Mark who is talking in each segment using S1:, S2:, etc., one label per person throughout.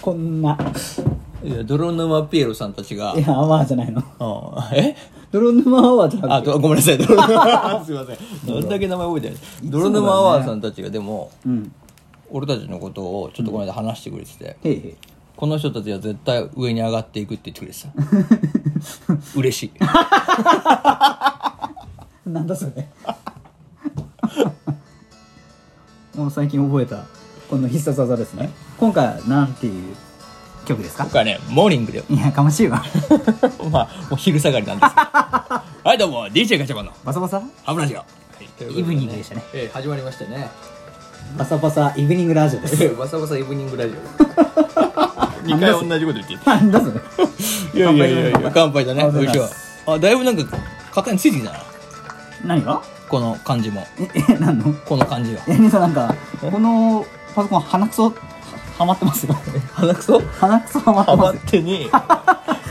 S1: こんな。
S2: いや泥沼ピエロさんたちが
S1: いや、アワーじゃないの。
S2: うんえ
S1: 泥沼アワーじゃな
S2: あ
S1: く
S2: どごめんなさい泥沼 すいませんどれだけ名前覚えてない泥沼アワーさんたちがでも
S1: て。うん。
S2: 俺たちのことをちょっとこの間話してくれてて、
S1: へいへい。
S2: この人たちは絶対上に上がっていくって言ってくれてた 嬉しい
S1: なんだそれ。もう最近覚えた、この必殺技ですね。今回、なんていう曲ですか
S2: 僕はねモーニングだよ
S1: いや、かましいわ。
S2: まあもう昼下がりなん ですけどはいどうも DJ ガチャマンの
S1: バサバサ
S2: 歯ブラシが、はいということ
S1: イブニングでしたね
S2: ええ始まりましたね
S1: バサバサイブニングラジオです。
S2: わさわさイブニングラ ジオ2回同じこと言って
S1: なんだそれ。
S2: いやいやいやいや乾杯だね
S1: 乾杯
S2: よいしょあだいぶなんか肩についてきたな
S1: 何が
S2: この感じも
S1: え、え、なんの
S2: この感じが
S1: え、兄さんなんか、このパソコン鼻くそ、ははまってますよ。
S2: 鼻くそ
S1: 鼻くそはまって
S2: ハマ
S1: ま
S2: っ
S1: す。
S2: てね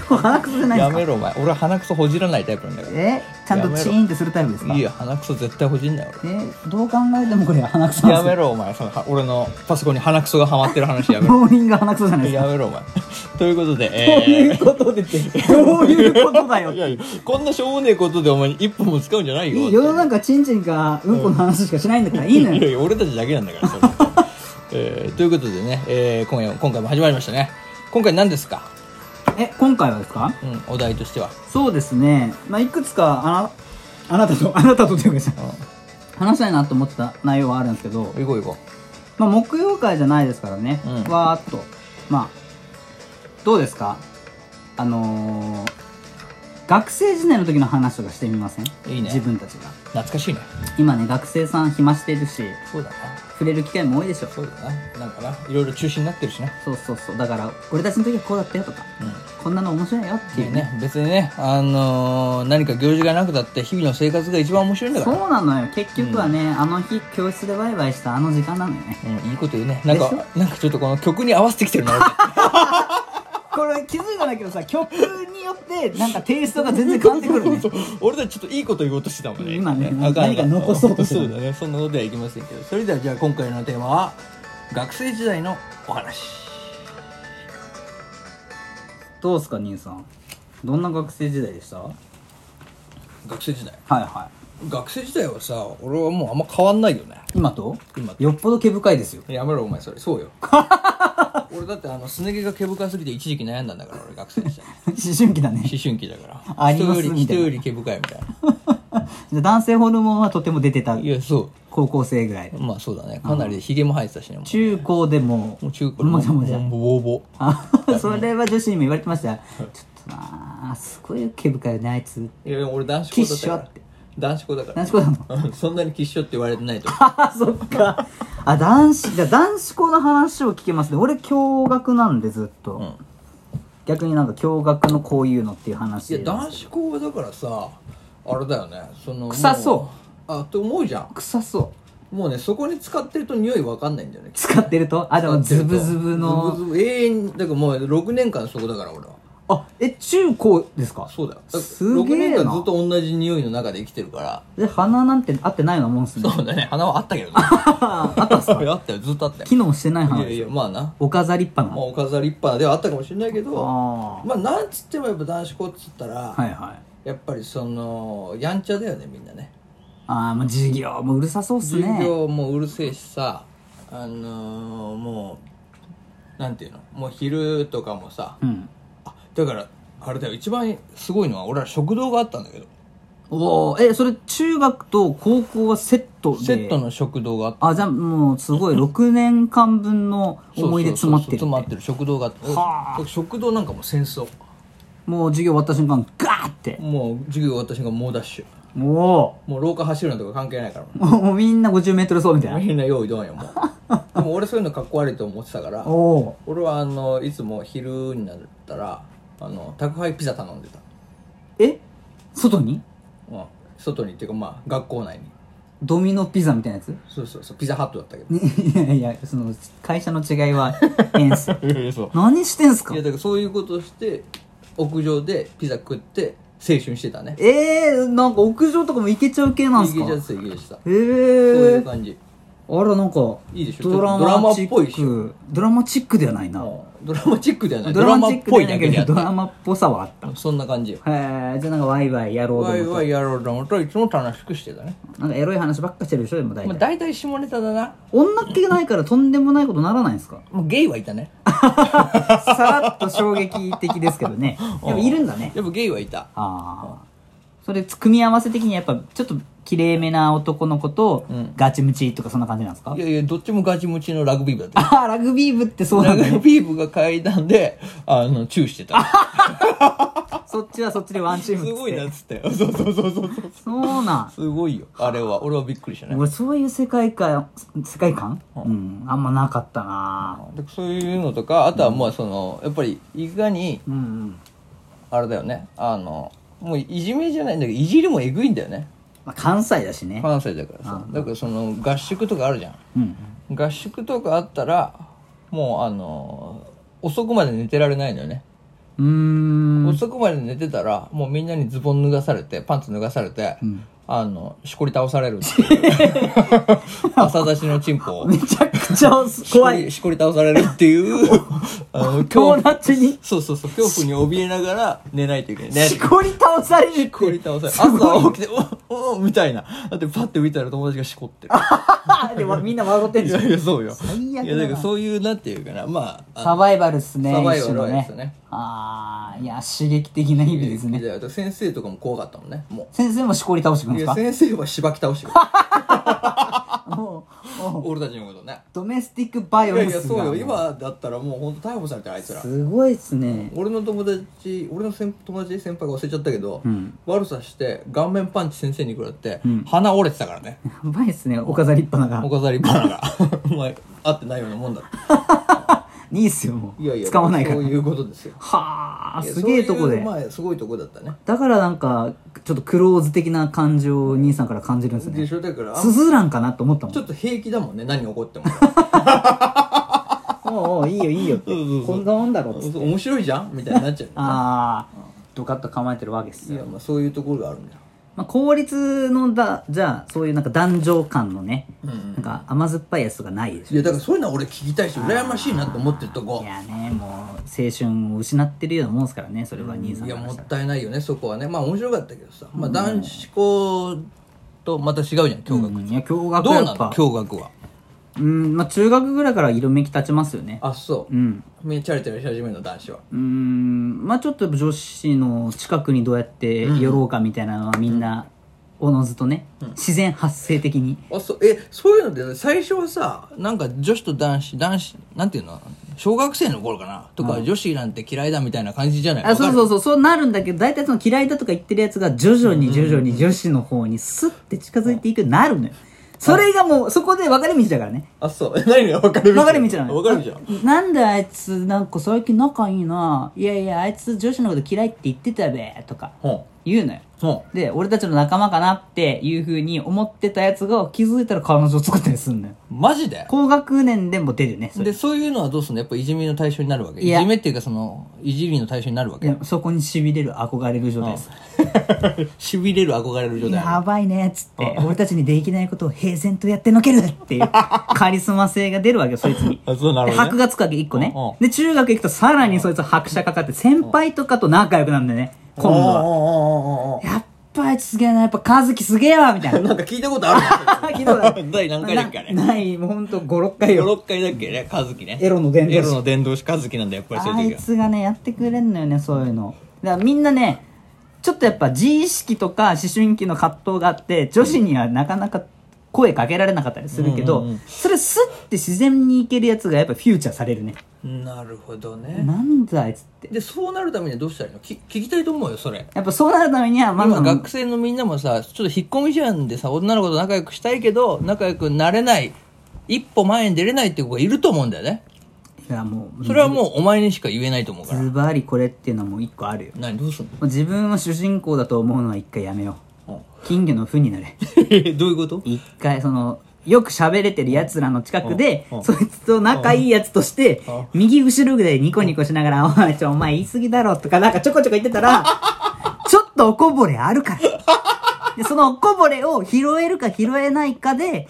S1: これ鼻くそじゃない
S2: え
S1: で
S2: や
S1: すか
S2: めろお前俺は鼻くそほじらないタイプなんだか
S1: えちゃんとチーンってするタイプですから
S2: いいよ鼻くそ絶対ほじんなよ
S1: えどう考えてもこれ鼻くそ
S2: 俺
S1: な
S2: や
S1: んで
S2: め
S1: すよ
S2: ろお前そのは俺のパソコンに鼻くそがハマってる話やめ ろ
S1: モーニング鼻くそじゃないです
S2: や
S1: か
S2: めろお前ということで
S1: どうい
S2: え
S1: うことでってどういうことだよ
S2: ーいやいやこんなしょうもねえことでお前一本も使うんじゃないよ
S1: いい世の中チンチンかうんこの話しかしないんだからいい
S2: い
S1: の
S2: や
S1: よ
S2: いや俺たちだけなんだからそれえーということでね、えー今夜今回も始まりましたね今回何ですか、
S1: え今回はですか
S2: うん、お題としては、
S1: そうですねまあいくつかあな あなたとあなたとというか じゃ
S2: う
S1: 話したいなと思ってた内容はあるんですけど
S2: ん、行こう行こ
S1: まあ木曜会じゃないですからね
S2: うん
S1: わーっとまあどうですかあのー学生時代の時の話とかしてみません
S2: いいね
S1: 自分たちが
S2: う懐かしいね
S1: 今ね学生さん暇してるし
S2: そうだな
S1: 触れる機会も多いでしょ
S2: そうだななんかないろいろ中止になってるしな
S1: そうそうそうだから俺たちの時はこうだったよとか
S2: うん
S1: こんなの面白いよっていうね
S2: ね、別にね、あのー何か行事がなくたって日々の生活が一番面白いんだか
S1: そ
S2: ら
S1: うなのよ結局はね、あの日教室でワイワイしたあの時間なのよね
S2: うん、いいこと言うねなん
S1: で
S2: かなんかちょっとこの曲に合わせてきてるな俺
S1: これ気づいたんだけどさ 曲によって なんかテイストが全然変わって くるね
S2: そう俺たちちょっといいこと言おうとしてたもんね
S1: 今ね
S2: あかんあかん
S1: 何か残そうとしてる
S2: そうだねそんなことはいきませんけどそれではじゃあ今回のテーマは学生時代のお話
S1: どうすか兄さんどんな学生時代でしたはい
S2: 学生時代
S1: は
S2: 学生時代はさ俺はもうあんま変わんないよね
S1: い今と
S2: 今と
S1: よっぽど毛深いですよ
S2: やめろお前それそうよ俺だってあのすね毛が毛深すぎて一時期悩んだんだから俺学生 時代
S1: 思春期だね
S2: 思春期だから
S1: あり
S2: 人
S1: ます
S2: より
S1: み
S2: 人
S1: たいな
S2: より毛深いみたい
S1: じゃあ 男性ホルモンはとても出てた
S2: ないやそ
S1: 高校生ぐらいう
S2: まあそうだねかなりヒゲも生えてたしねもう
S1: 中高でも
S2: もう中
S1: もじゃもじゃ
S2: もうボーボー
S1: あ それは女子にも言われてましたよちょっとなあすごい毛深いよねあいつ
S2: いやでも俺男子校だったから
S1: きっしょって
S2: 男子校だから
S1: 男子校なの
S2: うんそんなにキッショって言われてないと思う
S1: あそっ かあ男子じゃあ男子校の話を聞けますね俺共学なんでずっと、
S2: ん
S1: 逆になんか共学のこういうのっていう話
S2: いや男子校はだからさあれだよねその
S1: 臭そう
S2: うあと思うじゃん
S1: 臭そう
S2: もうねそこに使ってると匂いわかんないんだよね
S1: 使ってるとあでもズブズブ
S2: ズ
S1: の
S2: ブズブ永遠にだからもう6年間そこだから俺は
S1: あえ中高ですか
S2: そうだよだ
S1: すげえな
S2: 6年間ずっと同じ匂いの中で生きてるから
S1: で鼻なんて合ってないようなもんっすね
S2: そうだね鼻はあった けどね
S1: あったっすか
S2: あったよずっとあったよ
S1: 機能してない
S2: い
S1: 鼻
S2: やいやまあな、
S1: お飾りっぱな
S2: まあ、お飾り立派なではあったかもしれないけど
S1: あ
S2: まあなんつってもやっぱ男子校っつったら、
S1: あはいはい
S2: やっぱりそのやんちゃだよねみんなね
S1: ああまあ授業もうるさそうっす
S2: 授
S1: ね
S2: 業もうるせえしさあのー、もうなんていうのもう昼とかもさ
S1: うん
S2: あだからあれだよ一番すごいのは俺は食堂があったんだけど
S1: おおえそれ中学と高校はセットで
S2: セットの食堂があって
S1: あじゃあもうすごい6年間分の思い出詰まってるって
S2: そうそうそう詰まってる食堂があって
S1: はあ
S2: だから食堂なんかもう戦争
S1: もう授業終わった瞬間ガーって
S2: もう授業終わった瞬間猛ダッシュ
S1: おお
S2: もう廊下走るのとか関係ないからも
S1: ー もうみんな 50m 走みたいうな
S2: みんな用意どん よもうでも俺そういうのかっこ悪いと思ってたから
S1: おお
S2: 俺はあのいつも昼になったらあの宅配ピザ頼んでた、
S1: ーえ外に
S2: うん、外にっていうかまあ学校内に
S1: ドミノピザみたいなやつ
S2: そうそうそうピザハットだったけど
S1: いやいやその会社の違いはええん すよ
S2: いやいやそう
S1: 何してんすか
S2: いやだからそういうことをして屋上でピザ食って青春してたね
S1: えー、なんか屋上とかも行けちゃう系なんすか
S2: いけちゃってたいけちゃってた
S1: え
S2: そういう
S1: ー、
S2: 感じ
S1: あらなんか
S2: いいでしょ
S1: ドラマチック
S2: ドラマっぽいでし
S1: ドラマチックではないな
S2: ドラマチックじゃない
S1: ド
S2: ド
S1: ラ
S2: ラ
S1: マ
S2: マ
S1: チ
S2: っ
S1: ック
S2: ぽい
S1: じゃな
S2: だ
S1: いけ
S2: けであっ
S1: どド
S2: た
S1: ラマっぽさはあった
S2: そんな感じよ
S1: へえじゃあなんかワイワイやろうと
S2: わい
S1: 思っ
S2: わ
S1: て
S2: いやろうと思ったらいつも楽しくしてたね
S1: なんかエロい話ばっかしてるでしょでも大
S2: まあ
S1: 体
S2: 大体下ネタだな
S1: 女っ気がないからとんでもないことならないんですか
S2: もうゲイはいたね
S1: さらっと衝撃的ですけど ねでもいるんだね
S2: でもゲイはいた
S1: ああそれ組み合わせ的にやっぱちょっときれいめな男の子と
S2: うん
S1: ガチムチとかそんな感じなんですか、
S2: いやいやどっちもガチムチのラグビー部だった
S1: ああラグビー部ってそうな
S2: ラ
S1: んだ
S2: グ
S1: ね
S2: ビー部が階段であのチューしてた
S1: そっちはそっちでワンチー
S2: す
S1: ムっつって
S2: ごいなっつったよそうそうそうそうそう
S1: そうなん
S2: すごいよあれは俺はびっくりしたね
S1: 俺そういう世界観世界観うんあんまなかったな
S2: でそういうのとかあとはもうそのやっぱりいかに
S1: うんうん、
S2: あれだよねあのもういじめじゃないんだけどいじりもえぐいんだよね
S1: まあ、関西だしね
S2: 関西だからさだからその合宿とかあるじゃ
S1: うん
S2: ん合宿とかあったらもうあの遅くまで寝てられないのよね、
S1: うーん
S2: 遅くまで寝てたらもうみんなにズボン脱がされてパンツ脱がされて、あのしこり倒されるっ ていう朝出しのチンポを
S1: めちゃくちゃ怖い
S2: しこりしこり倒されるっていう あの
S1: 友
S2: 恐怖
S1: 達に
S2: そうそうそう恐怖に怯えながら寝ないといけないね
S1: しこり倒されるって
S2: しこり倒される
S1: すごい
S2: 朝起きて「おお」みたいなだってパッて見たら友達がしこってる
S1: でもみんな笑ってん
S2: い
S1: じゃ
S2: や
S1: ん
S2: いやそうよ
S1: 最悪だない
S2: やだからそういうなんていうかなまああ
S1: サバイバルっすね
S2: サバイバル
S1: 一種の
S2: ですね
S1: ああいや刺激的な日々ですね
S2: いやだから先生とかも怖かったもんねも
S1: 先生もしこり倒してくるん
S2: う
S1: で
S2: い
S1: す
S2: や
S1: か
S2: 先生はしばき倒してくる
S1: もうもう
S2: 俺たちのことね
S1: ドメスティックバ
S2: い
S1: イオ
S2: や
S1: レン
S2: い
S1: スが
S2: やそうよ今だったらもう本当逮捕されてるあいつら
S1: すごいっすね
S2: 俺の友達俺の先友達先輩が忘れちゃったけど、
S1: うん
S2: 悪さして顔面パンチ先生に食らって、鼻折れてたからね
S1: やばいっすねお飾りっぱな
S2: お
S1: が
S2: 飾り花が お前合ってないようなもんだって
S1: いいっすよもう
S2: いやいや
S1: 使わないから
S2: そういうことですよ
S1: はあ
S2: いや
S1: すげえとこ
S2: そう
S1: で
S2: いうまあすごいとこだったね
S1: だからなんかちょっとクローズ的な感情を兄さんから感じるんです
S2: で
S1: ね
S2: しょだからあ
S1: ス
S2: ん
S1: ズランかなと思ったもん
S2: ちょっと平気だもんね何起こ っても
S1: おうおういいよいいよ って
S2: そうそうそう
S1: こんなもんだろっつって
S2: 面白いじゃんみたいになっちゃう
S1: ああドカッと構えてるわけっす
S2: い
S1: よ、
S2: やまあそういうところがあるんだよ
S1: まあ、効率のだじゃあそういうなんか男女感のね、なんか甘酸っぱいやつとかないでしょ
S2: いやだからそういうのは俺聞きたいし羨ましいなと思ってるとこ
S1: いやねもう青春を失ってるようなもんですからねそれは兄さん
S2: い
S1: か
S2: や
S1: らし
S2: もった
S1: ら
S2: たいないよねそこはねまあ面白かったけどさ、まあ、男子校とまた違うじゃん共学、
S1: うんいや驚愕
S2: どう
S1: や
S2: な
S1: っ
S2: の
S1: ぱ
S2: 共学は
S1: うんまあ中学ぐらいから色めき立ちますよね
S2: あそう
S1: うん
S2: みんなチャレチャレし始めるの男子は
S1: うんまあちょっと女子の近くにどうやって寄ろうかみたいなのはみんなおのずとね、自然発生的に
S2: あそうえそういうのって最初はさなんか女子と男子男子なんていうの小学生の頃かなとか、女子なんて嫌いだみたいな感じじゃない
S1: あそうそううそうそうなるんだけど大体その嫌いだとか言ってるやつが徐々に徐々に女子の方にスッて近づいていくようになるのよそれがもうそこで分かれ道だからね
S2: あそうえ 何が分かれ道
S1: 分かれ道なのよ
S2: 分かれ道な
S1: な
S2: の
S1: んであいつなんか最近仲いいないやいやあいつ女子のこと嫌いって言ってたべとか
S2: ほ
S1: 言うのよ
S2: うほ
S1: で俺たちの仲間かなっていうふうに思ってたやつが気づいたら彼女を作ったりすんのよ
S2: うマジで
S1: 高学年でも出るねそれ
S2: でそういうのはどうすんのやっぱいじめの対象になるわけい
S1: いや
S2: じめっていうかそのいじりの対象になるわ
S1: い
S2: け
S1: やそこにしびれる憧れる状態です
S2: しびれる憧れる状態
S1: やばいねっつって俺たちにできないことを平然とやってのけるって いうカリスマ性が出るわけよそいつに
S2: あそうなる
S1: で
S2: ほどね
S1: 箔がつくわけ1個ね
S2: うんうん
S1: で中学行くとさらにそいつ拍車かかって先輩とかと仲良くなるんだよね今度は
S2: は
S1: やっぱあいつすげえなやっぱ和樹すげえわみ たいな
S2: なんか聞いたことあ
S1: 聞いたことある
S2: 第何回だっけあ れ
S1: な ないもうほんと56回
S2: る
S1: よ
S2: 56回だっけね和樹ね
S1: エロの伝道師
S2: エロの伝道師和樹なんだやっぱりそう
S1: あ
S2: いう
S1: い
S2: 時は
S1: つがねやってくれんのよねそういうのだからみんなねちょっとやっぱ自意識とか思春期の葛藤があって女子にはなかなか声かけられなかったりするけど、
S2: うんうんう
S1: それスッて自然にいけるやつがやっぱフューチャーされるね
S2: なるほどね
S1: なんだあいつって
S2: でそうなるためにはどうしたらいいのき聞きたいと思うよそれ
S1: やっぱそうなるためにはまず
S2: 今
S1: は
S2: 学生のみんなもさちょっと引っ込み思案でさ女の子と仲良くしたいけど仲良くなれない一歩前に出れないって子がいると思うんだよね
S1: いやもう
S2: それはもうお前にしか言えないと思うから
S1: ズバリこれっていうのはもう一個あるよ
S2: 何どうすん
S1: もう自分を主人公だと思うのは一回やめよ
S2: の
S1: う金魚の糞になれ
S2: どういうこと
S1: 一回そのよく喋れてる奴らの近くで、
S2: うんうん
S1: そいつと仲いいやつとして、右後ろぐらいニコニコしながら、お前ちょ、お前言い過ぎだろとかなんかちょこちょこ言ってたら、ちょっとおこぼれあるから。で、そのおこぼれを拾えるか拾えないかで、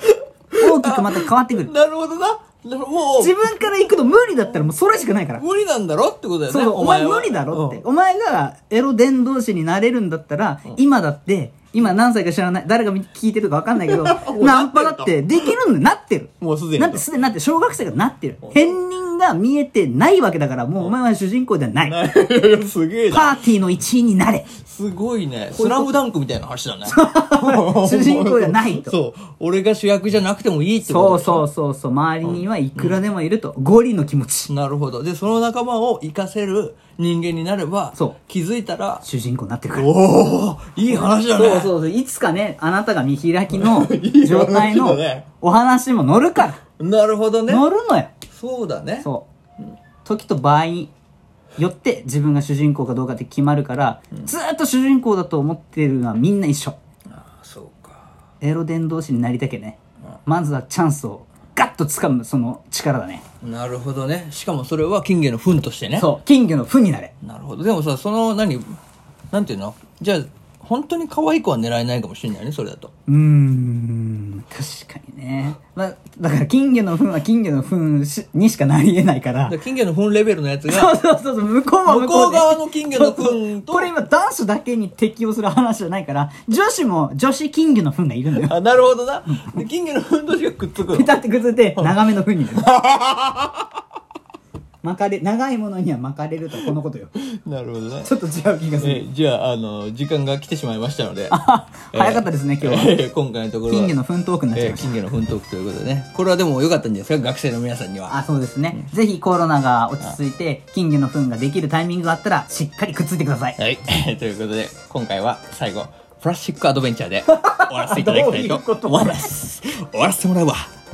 S1: 大きくまた変わってくる。
S2: なるほどな。なるも
S1: 自分から行くの無理だったらもうそれしかないから
S2: う、。無理なんだろってことだよね。
S1: そうそう、お前
S2: は
S1: 無理だろって。
S2: うん
S1: お前がエロ伝道師になれるんだったら、今だって、今何歳か知らない、誰が聞いてるか分かんないけ ど、
S2: う
S1: ナンパだってできるんだよ、なってる。
S2: もうすでにと
S1: なってすでになって、小学生がなってる。片鱗が見えてないわけだから、もうお前は主人公ではない。
S2: すげえな。
S1: パーティーの一員になれ。
S2: すごいね。スラムダンクみたいな 話だね。
S1: 主人公じゃないと
S2: そう。俺が主役じゃなくてもいいって
S1: そ
S2: こと
S1: うそうそうそう、周りにはいくらでもいると。ゴリの気持ち。
S2: なるほど。で、その仲間を活かせる人間になれば、
S1: そう
S2: 気づいたら、
S1: 主人公になってるから。
S2: おおいい話だね。
S1: そうそうそう。いつかね、あなたが見開き の
S2: いい話だね
S1: 状態のお話も乗るか
S2: なるほど
S1: ら。
S2: ね。
S1: 乗るのよ。
S2: そうだね。
S1: そう。時と場合によって自分が主人公かどうかって決まるから、ずーっと主人公だと思ってるのはみんな一緒。
S2: ああ、そうか。
S1: エロ伝道師になりたけね。まずはチャンスをガッと掴むその力だね。
S2: なるほどね。しかもそれは金魚の糞としてね。
S1: そう。金魚の糞になれ。
S2: なるほど。でもさ、その、何、なんていうのじゃあ、本当に可愛い子は狙えないかもしれないね、それだと。
S1: うーん、確かにね。まあ、だから金魚の糞は金魚の糞しにしかなり得ないから
S2: だか。ら金魚の糞レベルのやつが、
S1: そうそうそうそう、向こうは向こうで
S2: 向こう側の金魚の糞と
S1: これ今男子だけに適用する話じゃないから、女子も女子金魚の糞がいるんだよ。
S2: あ、なるほどな。で金魚の糞同士がくっつく
S1: ペ
S2: の。
S1: タってくずれて、長めの糞に なる。巻かれ、長いものには巻かれるとはこのことよ。
S2: なるほどね。
S1: ちょっと違う気がする。
S2: えじゃあ、あの、時間が来てしまいましたので。
S1: 早かったですね、今日は。
S2: えー今回のところは
S1: 金魚の糞トークになっちゃい
S2: えー
S1: ました。
S2: 金魚の奮闘記ということでね。これはでも良かったんじゃないですか、学生の皆さんには。
S1: あ、そうですね。ぜひコロナが落ち着いて、金魚の糞ができるタイミングがあったら、しっかりくっついてください。
S2: はい。という ことで、今回は 最後、プラスチックアドベンチャーで終わらせていただきたいと思います。終わらせてもらうわ。